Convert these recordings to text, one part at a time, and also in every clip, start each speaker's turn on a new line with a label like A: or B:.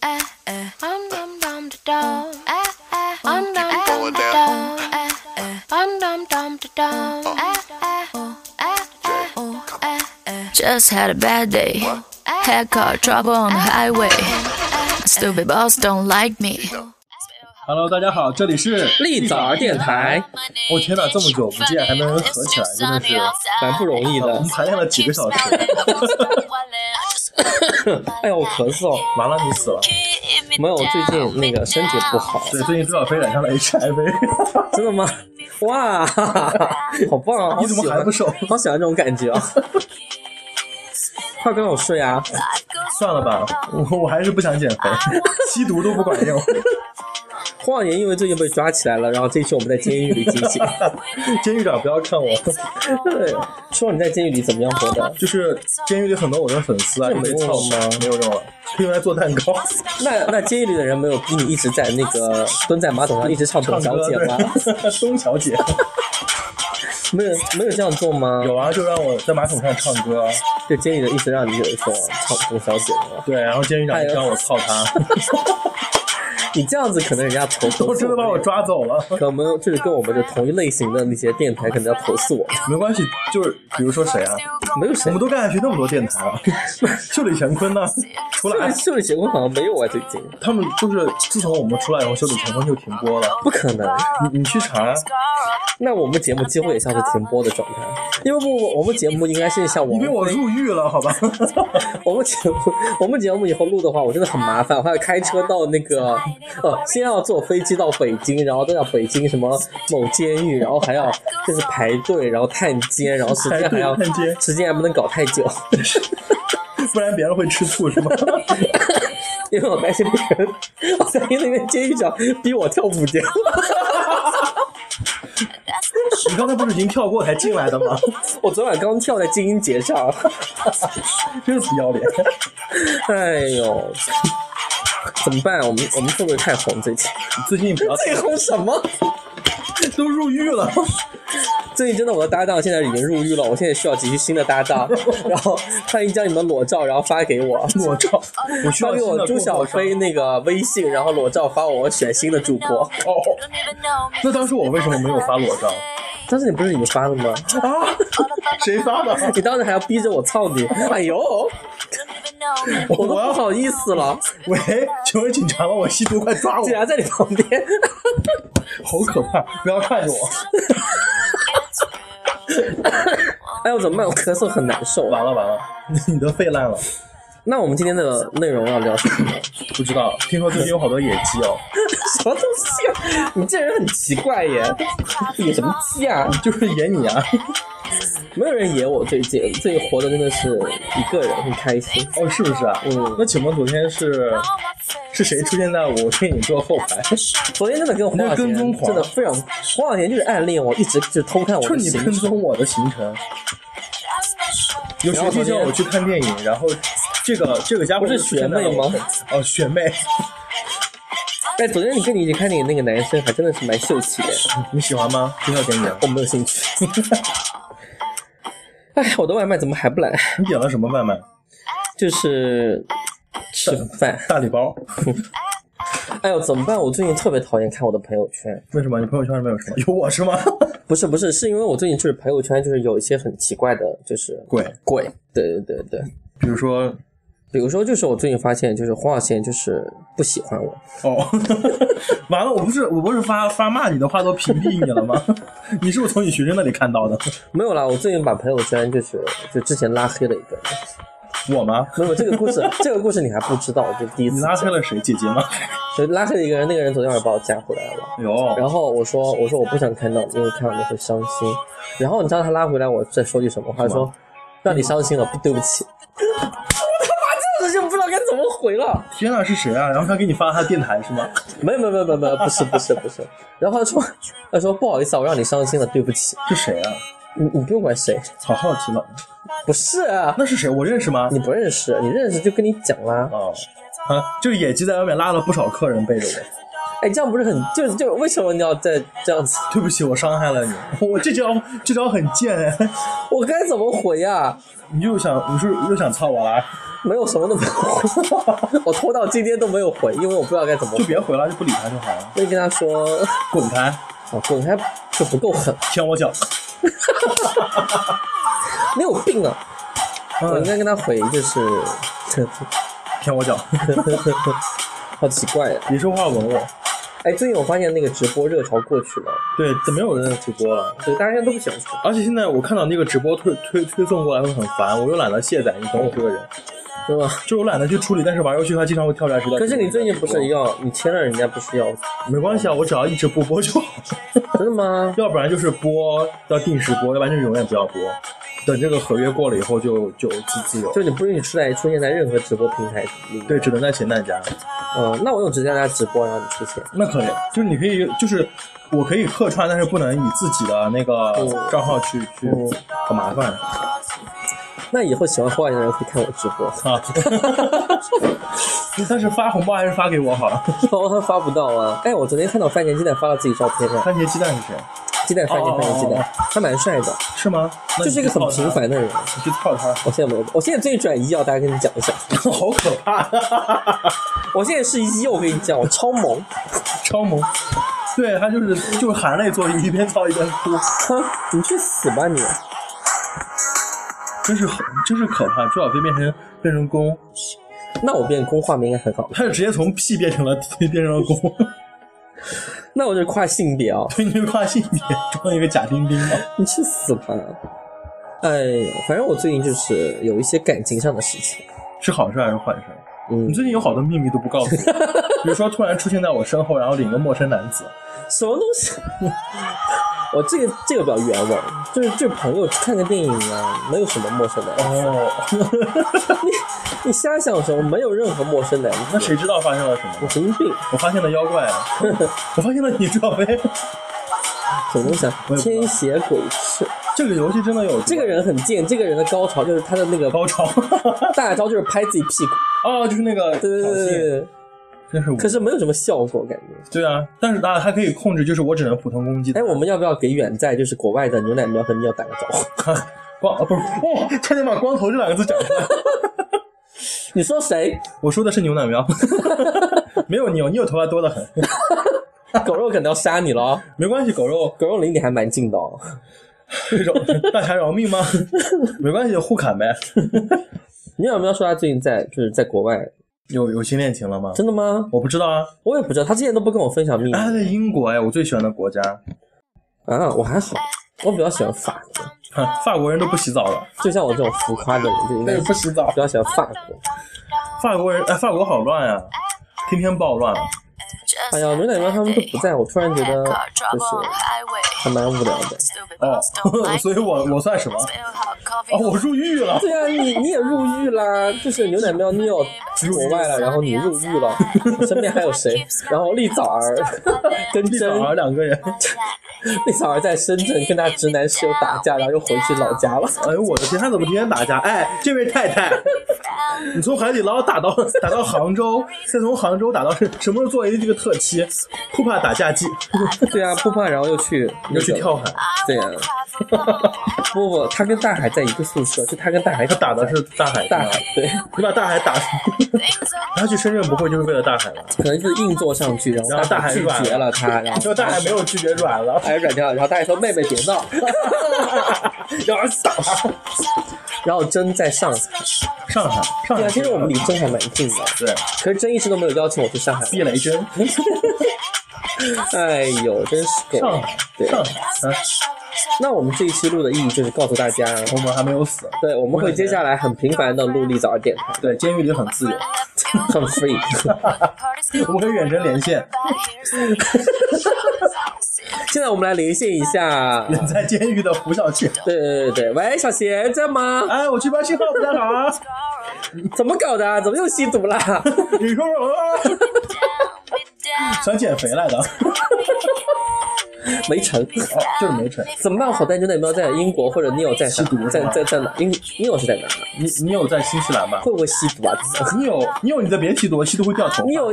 A: 哎哎，当当当当，哎哎，当当当
B: going
A: 当，哎哎，当当当当，哎哎，哎哎，哎哎。
C: Just had a bad day. Had car trouble on the highway. Stupid boss don't like me.
D: Hello，大家好，这里是
E: 栗枣儿电台，
D: 我、天哪，这么久不见还能合起来，真的是，
E: 蛮不容易
D: 我
E: 的
D: 们。排练了几个小时，
E: 哎呦，我咳嗽，
D: 完了你死了。
E: 没有，最近那个身体不好。
D: 对，最近朱小飞染上了 HIV，
E: 真的吗？哇，哈哈哈好棒啊！好
D: 你怎么
E: 喜
D: 还
E: 欢
D: 不瘦？
E: 好喜欢这种感觉啊！快跟我睡啊！
D: 算了吧，我我还是不想减肥，吸毒都不管用。
E: 晃爷因为最近被抓起来了，然后这期我们在监狱里进行。
D: 监狱长不要 看我，
E: 对，说你在监狱里怎么样活的？
D: 就是监狱里很多我的粉丝啊，
E: 这
D: 就
E: 没
D: 被
E: 用
D: 操
E: 吗
D: 没有用了，可以用来做蛋糕。
E: 那那监狱里的人没有逼你一直在那个蹲在马桶上一直唱董
D: 唱
E: 小
D: 歌
E: 姐吗？
D: 对， 东小姐
E: 没有没有这样做吗？
D: 有啊，就让我在马桶上唱歌，啊
E: 就监狱的一直让你有一种唱董小姐的吗？
D: 对，然后监狱长就让我操他，
E: 你这样子可能人家投
D: 都
E: 诉，
D: 真的把我抓走了。
E: 可能就是跟我们的同一类型的那些电台可能要投诉我们。
D: 没关系，就是比如说谁啊？
E: 没有
D: 我
E: 谁
D: 们，都干下去那么多电台了， 就李乾坤呢？除了
E: 秀丽
D: 哎
E: 秀丽结婚好像没有啊，最近
D: 他们，就是自从我们出来以后，修理乾坤就停播了。
E: 不可能。
D: 你你去查，
E: 那我们节目几乎也像是停播的状态，因为不，我我们节目应该是像王
D: 因为我
E: 菲，
D: 入狱了， 好吧？
E: 我们节目我们节目以后录的话，我真的很麻烦，我还要开车到那个，呃，先要坐飞机到北京，然后再到北京什么某监狱，然后还要就是排队，然后探监，然后时间还要
D: 排队探监
E: 时间还不能搞太久，
D: 不然别人会吃醋是吗？
E: 因为我担心别人，我担心那边监狱长逼我跳舞 间。
D: 你刚才不是已经跳过才进来的吗？
E: 我昨晚刚跳在精英节上，
D: 真是不要脸！
E: 哎呦，怎么办？我们我们会不会太红？最近
D: 最近不要
E: 最红什么？
D: 都入狱了，
E: 最近真的，我的搭档现在已经入狱了，我现在需要急需新的 搭档，然后欢迎将你们裸照，然后发给我，
D: 裸照， 我需
E: 发
D: 要
E: 给
D: 新
E: 我
D: 的
E: 朱小
D: 工作
E: 飞那个微信，然后裸照发我，我选新的主播。
D: 照。哦，那当时我为什么没有发裸照
E: 当时你不是已经发了吗？
D: 啊？ 谁发的？
E: 你当时还要逼着我操你，哎呦，我都
D: 我
E: 不
D: 要
E: 好意思了，
D: 喂，求人警察了，我吸毒，快抓我
E: 竟！然在你旁边。
D: 好可怕！不要看着我，
E: 哎呦，怎么办？我咳嗽很难受啊。
D: 完了完了， 你的肺烂了。
E: 那我们今天的内容要聊什么呢？
D: 不知道，听说最近有好多野鸡哦，
E: 什么东西、啊？你这人很奇怪耶！野什么鸡啊？
D: 就是野你啊。
E: 没有人野我最近，最近活的真的是一个人，很开心。
D: 哦，是不是啊？
E: 嗯
D: 那请问昨天是是谁出现在我电影座后排？
E: 昨天真的跟黄晓
D: 你
E: 贤
D: 是跟踪狂
E: 真的非常，黄晓贤就是暗恋我，一直就偷看我
D: 就
E: 的
D: 你
E: 行
D: 跟
E: 程。
D: 踪我的行程，有学弟叫我去看电影，然后这个这个家伙
E: 不是
D: 就出现在
E: 学妹
D: 我
E: 吗？
D: 哦，学妹，
E: 哎，昨天你跟你一起看电影那个男生还真的是蛮秀气的，
D: 你喜欢吗？介绍给你啊，
E: 我没有兴趣。 哎，我的外卖怎么还不来？
D: 你点了什么外卖？
E: 就是吃饭。
D: 大礼包？
E: 哎呦，怎么办？我最近特别讨厌看我的朋友圈。
D: 为什么？你朋友圈里面有什么？有我是吗？
E: 不是不是，是因为我最近就是朋友圈就是有一些很奇怪的，就是
D: 鬼
E: 鬼，对对对对，
D: 比如说
E: 比如说就是我最近发现就是黄晓贤就是不喜欢我，
D: 哦， 完了，我不是我不是发发骂你的话都屏蔽你了吗？ 你是不是从你学生那里看到的？
E: 没有啦，我最近把朋友圈就是就之前拉黑了一个人，
D: 我吗？
E: 没有这个故事这个故事你还不知道，就第一
D: 你
E: 次
D: 拉黑了谁？姐姐吗？
E: 就拉黑了一个人，那个人昨天晚上把我加回来了。
D: 有，
E: 然后我说我说我不想看到你，因为看到你会伤心。然后你知道他拉回来我在说句什么话？说让你伤心了，不对不 起。我他妈这种就不知道该怎么回了。
D: 天呐，是谁啊？然后他给你发他电台是吗？
E: 没有没有没有没有没有，不是不是不是。然后他说他说不好意思啊，我让你伤心了，对不起。
D: 是谁啊？
E: 你你不用管谁，
D: 好好奇了，
E: 不是啊，
D: 那是谁？我认识吗？
E: 你不认识，你认识就跟你讲啦。
D: 哦，啊，就是野鸡在外面拉了不少客人背着我。
E: 哎，这样不是很就是就是为什么你要再这样子？
D: 对不起，我伤害了你。 我这招这招很贱哎，
E: 我该怎么回呀、啊
D: 你又想你是不是又想操我啦？
E: 没有什么都没有回， 我拖到今天都没有回，因为我不知道该怎么
D: 就
E: 回。
D: 别回了，就不理他就好了，
E: 我就跟他说，
D: 滚开，
E: 哦，滚开就不够狠，
D: 舔我脚。
E: 没有病啊！我
D: 嗯，
E: 应该跟他回，就是，
D: 舔我脚，
E: 好奇怪呀、
D: 你说话吻我。
E: 哎，最近我发现那个直播热潮过去了，
D: 对，怎么没有人在直播了？
E: 对，大家现在都不喜欢说。
D: 而且现在我看到那个直播推推推送过来，我很烦，我又懒得卸载。你懂我这个人，
E: 是吧？
D: 就我懒得去处理。但是玩游戏它经常会跳出来知道。
E: 可是你最近不是要你签了人家不是要
D: 没关系啊，我只要一直不播就好，
E: 真的吗？
D: 要不然就是播要定时播，要不然就是永远不要播。等这个合约过了以后就就自自由。
E: 就你不允许出来出现在任何直播平台里面。
D: 对，只能在咸蛋家。
E: 嗯，那我有直接在他直播然后你出现。
D: 那可以，就是你可以，就是我可以客串，但是不能以自己的那个
E: 嗯
D: 账号去去
E: 嗯，
D: 很麻烦啊
E: 那以后喜欢花样的人可以看我直播，
D: 啊。你但是发红包还是发给我好了。
E: 我还发不到啊。哎，我昨天看到番茄鸡蛋发了自己照片啊，
D: 番茄鸡蛋是谁？
E: 鸡蛋番茄番茄鸡
D: 哦哦
E: 蛋，他蛮帅的，
D: 是吗？那
E: 就
D: 你
E: 是一个
D: 去
E: 很
D: 泡它
E: 平，凡的人。
D: 你去泡他，
E: 我现在没有，我现在最转一啊，大家跟你讲一下，
D: 好可怕，
E: 我现在是一，我跟你讲，我超萌。
D: 超萌。对他就是就是含泪做，一边操一边哭，
E: 哼，你去死吧你！
D: 真是很真是可怕。朱小飞变成变成公，
E: 那我变公化名应该很好，
D: 他是直接从屁变成了变成了公，
E: 那我就跨性别哦。
D: 对，你就跨性别装一个假丁丁吧。
E: 你去死吧！哎呦，反正我最近就是有一些感情上的事情，
D: 是好事还是坏事？
E: 嗯
D: 你最近有好多秘密都不告诉我， 比如说突然出现在我身后，然后领个陌生男子，
E: 什么东西？ 我这个这个比较冤枉，就是就是朋友看个电影啊，没有什么陌生男。
D: 哦，
E: 你瞎想什么？没有任何陌生男。
D: 那谁知道发生了什么
E: 你
D: 呢？
E: 神经病？
D: 我发现了妖 怪，啊我发现了你赵飞，
E: 什么东西啊
D: 我？也不知道
E: 天邪鬼事。
D: 这个游戏真的有
E: 这个人很贱，这个人的高潮就是他的那个
D: 高潮，
E: 大招就是拍自己屁股。
D: 哦，就是那个
E: 对对对对
D: 挑衅
E: 对。
D: 真是无
E: 可是没有什么效果感觉。
D: 对啊，但是啊，还可以控制，就是我只能普通攻击。
E: 哎，我们要不要给远在就是国外的牛奶喵和喵打个招呼？
D: 光啊不是，哦，差点把“光头”这两个字讲出来。
E: 你说谁？
D: 我说的是牛奶喵， 没有牛，你有头发多得很，
E: 狗肉可能要杀你了哦。
D: 没关系，狗肉
E: 狗肉离你还蛮近的哦。
D: 这种大侠饶命吗？ 没关系，互砍呗。
E: 你有没有说他最近在就是在国外？
D: 有有新恋情了吗？
E: 真的吗？
D: 我不知道啊。
E: 我也不知道，他之前都不跟我分享秘密
D: 哎，他
E: 啊
D: 在英国哎，我最喜欢的国家，
E: 我还好，我比较喜欢法国，
D: 哼法国人都不洗澡了。
E: 就像我这种浮夸的人就应该比
D: 洗澡。
E: 较喜欢法国。
D: 法国人哎，法国好乱啊，天天暴乱。啊
E: 哎呀，牛奶喵他们都不在，我突然觉得就是还蛮无聊的。
D: 哦， 所以我我算什么？哦，我入狱了。
E: 对啊，你你也入狱啦，就是牛奶喵你有国外了，然后你入狱了，身边还有谁？然后立早儿跟
D: 立早儿
E: 真，
D: 两个人，
E: 立早儿在深圳跟他直男室友打架，然后又回去老家了。
D: 哎呦我的天，他怎么天天打架？哎，这位太太，你从海底捞打到打到杭州，再从杭州打到什么时候做一这个特期？酷怕打架记，
E: 对啊，不怕，然后又去
D: 你就去
E: 那个
D: 跳海。
E: 对啊，不不，他跟大海在一个宿舍，就他跟大海
D: 哎他打的是大海，
E: 大海，对，
D: 你把大海打死，他去深圳不会就是为了大海了？
E: 可能就是硬坐上去，然
D: 然
E: 后
D: 后大海
E: 拒
D: 软
E: 绝
D: 了
E: 了他，然
D: 就
E: 后
D: 大海没有拒绝软了，
E: 还软掉了，然后大海说妹妹别 闹，
D: 要打
E: 然后真在上海，
D: 上海，上
E: 对
D: 海
E: 啊，其实我们离真还蛮近的，啊
D: 对
E: 可是真一直都没有邀请我去上海，
D: 避雷针，
E: 哎呦，真是够
D: 上
E: 了
D: 海，，
E: 对。
D: 上海，嗯，
E: 那我们这一期录的意义就是告诉大家，
D: 我们还没有死，
E: 对，我们会接下来很频繁的录立早儿电台，
D: 对，监狱里很自由，
E: 很 free。
D: 我们可以远程连线，
E: 现在我们来连线一下，
D: 远在监狱的胡小倩，
E: 对对对对，喂，小贤在吗？
D: 哎，我这边信号不太好啊，
E: 怎么搞的啊？怎么又吸毒啦？
D: 你说我啊，想减肥来的，
E: 没成，
D: 哦就是没成。
E: 怎么办？好在你有没有在英国，或者你有在
D: 吸毒是
E: 在
D: 吧
E: 在在哪？英你有是在哪？
D: 你你有在新西兰吧？
E: 会不会吸毒啊？
D: 你有你有你的别吸毒，吸毒会掉头发。
E: 你有，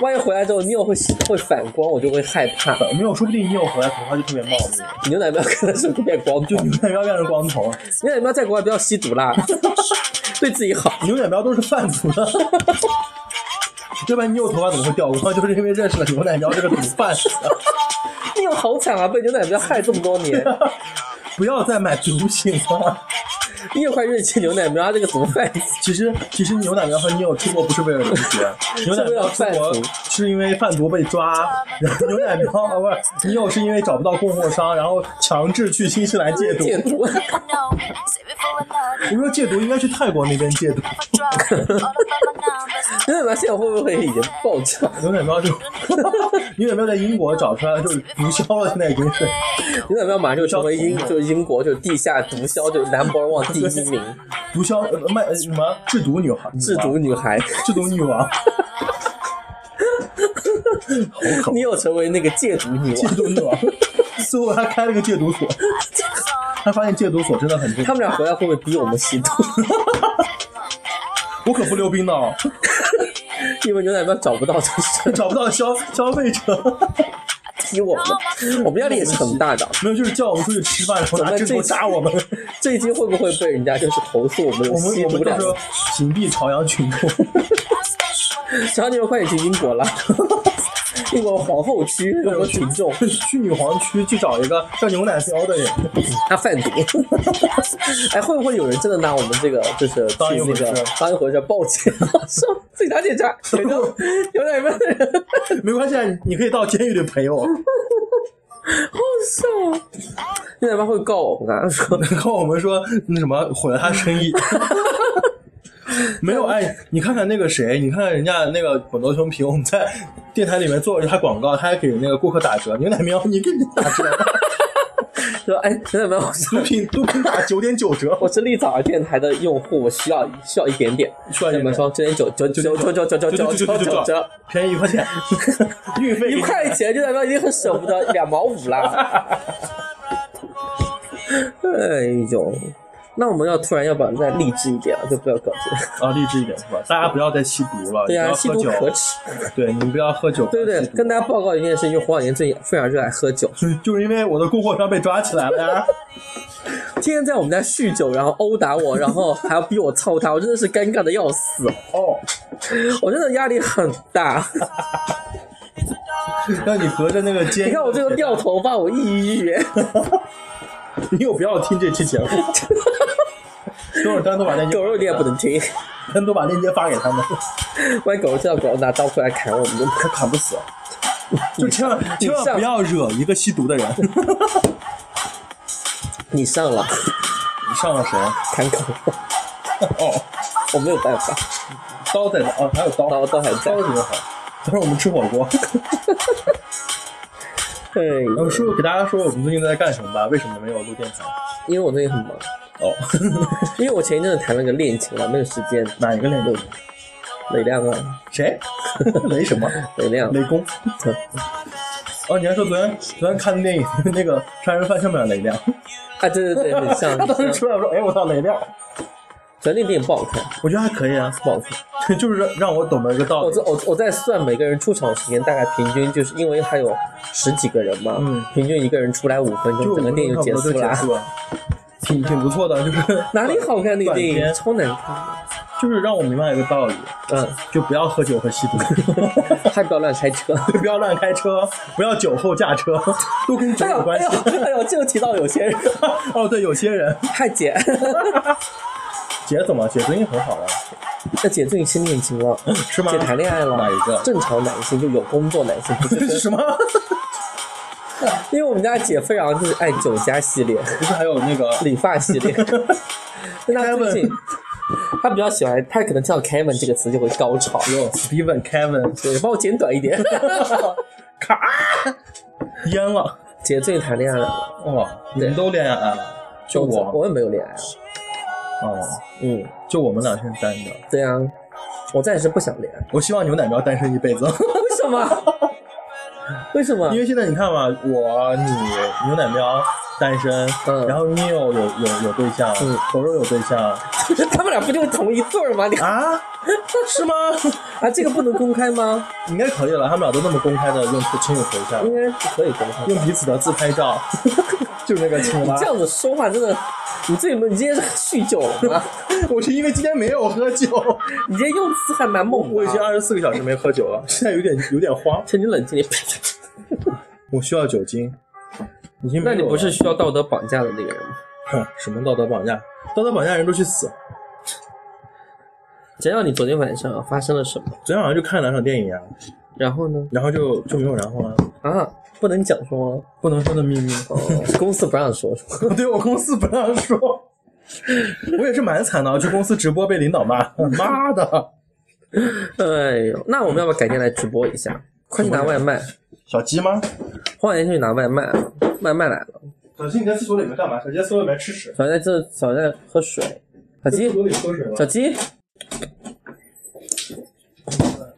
E: 万一回来之后你有会吸会反光，我就会害怕。
D: 没有？说不定你有回来头发就特别茂密，
E: 牛奶喵可能是会变光头
D: 就，牛奶喵变成光头。
E: 牛奶喵在国外不要吸毒啦， 对自己好。
D: 牛奶喵都是贩毒 的，要不然你有头发怎么会掉光？就是因为认识了牛奶喵这个毒贩。啊
E: 你有好惨啊，被牛奶喵害这么多年，
D: 不要再买毒品了。
E: 你也快认清牛奶喵这个毒贩子。
D: 其实其实牛奶喵和你有出国不是为了留学，牛奶喵出国是因为贩毒被抓，然后牛奶 喵啊不是你有是因为找不到供货商，然后强制去新西兰戒毒。
E: 戒毒，
D: 我说戒毒应该去泰国那边戒毒，
E: 牛奶喵现在会不会已经爆炸？
D: 牛奶喵就牛奶喵在英国找出来了，就是毒枭了，现在已经是。
E: 牛奶喵马上就成为英，就是英国就是地下毒枭，就是 number one 第一名，
D: 毒枭呃卖呃什么制毒女孩，
E: 制毒女孩。
D: 制毒女王，
E: 你有成为那个戒毒女
D: 戒
E: 王？
D: 毒女王。 最后他开了个戒毒所，他发现戒毒所真的很重要
E: 他。们俩回来会不会逼我们吸毒？
D: 我可不溜冰的哦，
E: 因为牛奶喵找不到，就是
D: 找不到消消费者，
E: 逼我们，我们压力也是很大的。
D: 没有就是叫我们出去吃饭，然后拿
E: 们
D: 针
E: 这
D: 头扎 我们，
E: 这一期会不会被人家就是投诉我们有
D: 我们
E: 吸
D: 我
E: 毒
D: 们
E: 两
D: 就
E: 个
D: 说？屏蔽朝阳群 众，
E: 小你们快点去英国了，英国皇后区有没有群众？
D: 去女皇区去找一个叫牛奶喵的人，
E: 他贩毒。哎，会不会有人真的拿我们这个就是去
D: 当一
E: 那
D: 回事
E: 个当一回事报警， 说警察检查，有有奶喵的人，
D: 没关系，啊，你你可以到监狱里陪我，
E: 好笑。啊牛奶喵会告我们啊，说
D: 然后我们说那什么毁了他生意。 没有哎，你看看那个谁，你看看人家那个滚头熊皮，我们在电台里面做了一下广告，他还给那个顾客打折。牛奶喵，你给你打折 吧，
E: 说哎，牛奶喵，我是
D: 毒品毒品打九点九折，
E: 我是立早儿电台的用户，我需要需要一点点，
D: 需要一点点
E: 你们说九点九九九九九九九九九九九九。
D: 便宜一块钱， 运费给
E: 一
D: 你
E: 块钱就代表已经很舍不得，两毛五啦。哎呦，那我们要突然要不然再励志一点啊，就不要搞这。
D: 啊，励志一点是吧？大家不要再吸毒了，
E: 对
D: 也
E: 呀、
D: 不要
E: 吸
D: 喝
E: 毒
D: 酒，
E: 可耻，
D: 对你们不要喝酒，
E: 对不对？跟大家报告一件事，因为黄小年最近非常热爱喝酒，
D: 就是就是因为我的供货商被抓起来了呀，
E: 天天在我们家酗酒，然后殴打我，然后还要逼我操他，我真的是尴尬的要死，
D: 哦，
E: 我真的压力很大。
D: 让你隔着那个监，
E: 你看我这个掉，头发，我抑郁。
D: 你又不要听这期节目，等会儿单独把链接，
E: 狗肉你也不 能听，
D: 单独把链接发给他 们，
E: 万一狗肉知道狗肉拿刀出来砍我们，我们可砍不死。
D: 就千万千万不要惹一个吸毒 的人，
E: 你上了，
D: 你上了谁？
E: 砍狗肉，
D: 哦，
E: 我没有办法。
D: 刀在哪？哦，还有刀，
E: 刀刀还在
D: 刀挺好，等会儿我们吃火锅。
E: 对，
D: 然后说给大家说我们最近都在干什么吧，为什么没有录电台？
E: 因为我最近很忙，
D: 哦，
E: 因为我前一阵子谈了个恋情嘛，没有时间。
D: 哪一个练队？
E: 雷亮啊，
D: 谁？ 雷什么？
E: 雷亮，
D: 雷公。 哦，你还说昨天昨天看的电影 那个杀人犯像不像雷亮？
E: 啊，对对对，很像。
D: 他当时
E: 很像
D: 出来我说，哎，我操，雷亮！
E: 主要那电影不好看，
D: 我觉得还可以啊，
E: 不好 看。
D: 就是让让我懂得一个道
E: 我
D: 理
E: 在。我我在算每个人出场时间，大概平均就是因为还有十几个人嘛，
D: 嗯
E: 平均一个人出来五分
D: 就
E: 钟，整个电影
D: 差
E: 就
D: 不多
E: 结束
D: 就结
E: 了。
D: 束了，挺挺不错的，就是
E: 哪里好看？那个电
D: 短片
E: 影超难看。
D: 就是让我明白一个道理，
E: 嗯，
D: 就不要喝酒和吸毒，
E: 还不要乱开车。
D: 就不要乱开车，不要酒后驾车，都 跟酒
E: 哎呦
D: 有关
E: 哎
D: 系
E: 呦。哎呦，这个提到有些人，
D: 哦，对，有些人
E: 嗨姐，
D: 姐怎么姐最近很好啊？
E: 那姐最近是恋情了，
D: 嗯是吗
E: 姐谈恋爱了，
D: 哪一个
E: 正常男性就有工作男性，不 是
D: 这是什么？
E: 因为我们家姐非常就是爱酒家系列、
D: 不是还有那个
E: 理发系列， 但她最近她比较喜欢，她可能叫 Kevin 这个词就会高潮，
D: 有 Steven Kevin
E: 对，帮我剪短一点。
D: 卡淹了。
E: 姐最近谈恋爱了，
D: 哇，你们
E: 对
D: 都恋爱了，就我
E: 我也没有恋爱啊，
D: 哦，
E: 嗯，
D: 就我们俩现在单着。
E: 对啊，我暂时不想恋爱，
D: 我希望牛奶苗单身一辈子。
E: 为什么？ 为什么
D: 因？为现在你看嘛，我你牛奶喵单身，
E: 嗯
D: 然后 Neo 有有有对象
E: 嗯，
D: 狗肉有对象
E: 他们俩不就是同一对儿吗？你
D: 啊？ 是吗？
E: 啊，这个不能公开吗？
D: 应该可以了，他们俩都那么公开的用亲友头像
E: 应，该可以公开。
D: 用彼此的自拍照， 就是那个青蛙
E: 这。样子说话真的，你这你今天是酗酒了吗？
D: 我是因为今天没有喝酒，
E: 你今天用词还蛮猛的啊。
D: 我已经二十四个小时没喝酒了， 现在有点有点慌，
E: 趁你冷静点。
D: 我需要酒精。已经没
E: 那
D: 有
E: 你不
D: 了
E: 是需要道德绑架的那个人吗？
D: 哼什么道德绑架？道德绑架人都去死！
E: 讲讲你昨天晚上发生了什么？
D: 昨天晚上就看了两场电影啊，
E: 然后呢？
D: 然后就就没有然后了、
E: 啊，不能讲说吗？
D: 不能说的秘密。
E: 哦，公司不让说。
D: 对我公司不让说， 我也是蛮惨的，我去公司直播被领导骂，妈的，
E: 哎呦，那我们要不要改天来直播一下？快去拿外卖，
D: 小鸡吗？
E: 黄小仙去拿外卖啊，外卖来了。
D: 小鸡你在厕所里面干嘛？小鸡在厕所里面吃屎。
E: 小仙在这，小仙在喝水。小鸡，
D: 里喝水吗
E: 小鸡。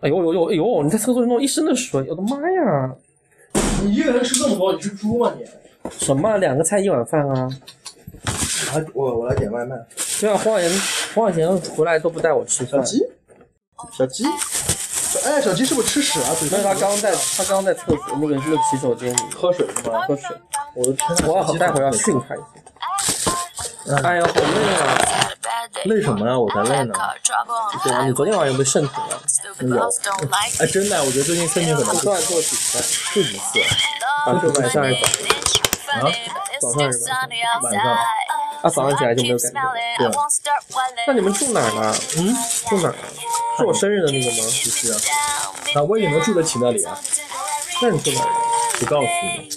E: 哎呦呦呦！哎呦，你在厕所里弄一身的水，哎我的妈呀！
D: 你一个人吃这么多，你是猪吗你？
E: 什么啊两个菜一碗饭啊？
D: 啊，我我来点外卖。
E: 对啊，黄小仙，黄小仙回来都不带我吃
D: 小
E: 饭。
D: 鸡，小鸡，哎，小鸡是不是吃屎啊？嘴
E: 没有，他
D: 上
E: 刚在他刚在厕所那个那个洗手间里
D: 喝水是吗？
E: 喝水。
D: 我的天哪
E: 我要待会儿要训他一下。哎呀，好累 啊！
D: 累什么呀？我才累呢。
E: 对啊，你昨天晚上有没有渗透啊？
D: 哎，真的，我觉得最近身体很不
E: 你
D: 舒服，
E: 断做几次？
D: 睡几次？
E: 啊，就晚上还是早
D: 早
E: 上是
D: 晚上
E: 啊，早上起来就没有感觉。
D: 对，
E: 那你们住哪儿呢？嗯，住哪儿啊？是我生日的那个吗？
D: 不是啊。那我也能住得起那里啊？
E: 那你住哪儿啊？
D: 不告诉你，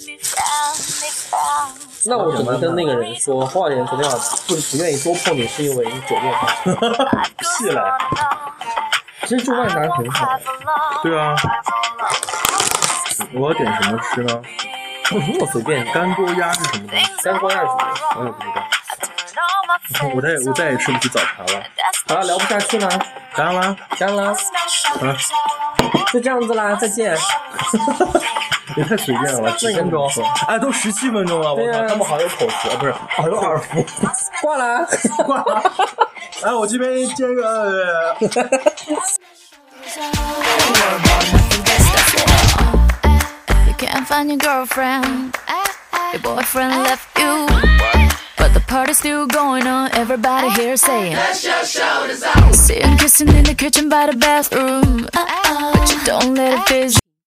E: 那我只能跟那个人说，花莲昨天晚上不不愿意多碰你，是因为你酒量好。
D: 屁嘞！
E: 其实住万达很好，
D: 对啊，我要点什么吃呢？
E: 我随便你。
D: 干锅鸭是什么东西？
E: 三光二十。
D: 我也不知道。我再我再也吃不起早茶了，
E: 好了，聊不下去了，
D: 干啦！
E: 干了，
D: 啊，
E: 就这样子啦，再见。
D: 也太随便了，几分钟？哎，都十七分钟了，我
E: 对
D: 操，
E: 啊
D: 他们好有口福，啊不是，好有耳 福，
E: 挂了。
D: 挂了。哎，我这边接个，
C: You can't find your girlfriend. Your boyfriend left you. But the party's still going on. Everybody here saying, That's your shoulders out. Sitting kissing in the kitchen by the bathroom. But you don't let it phase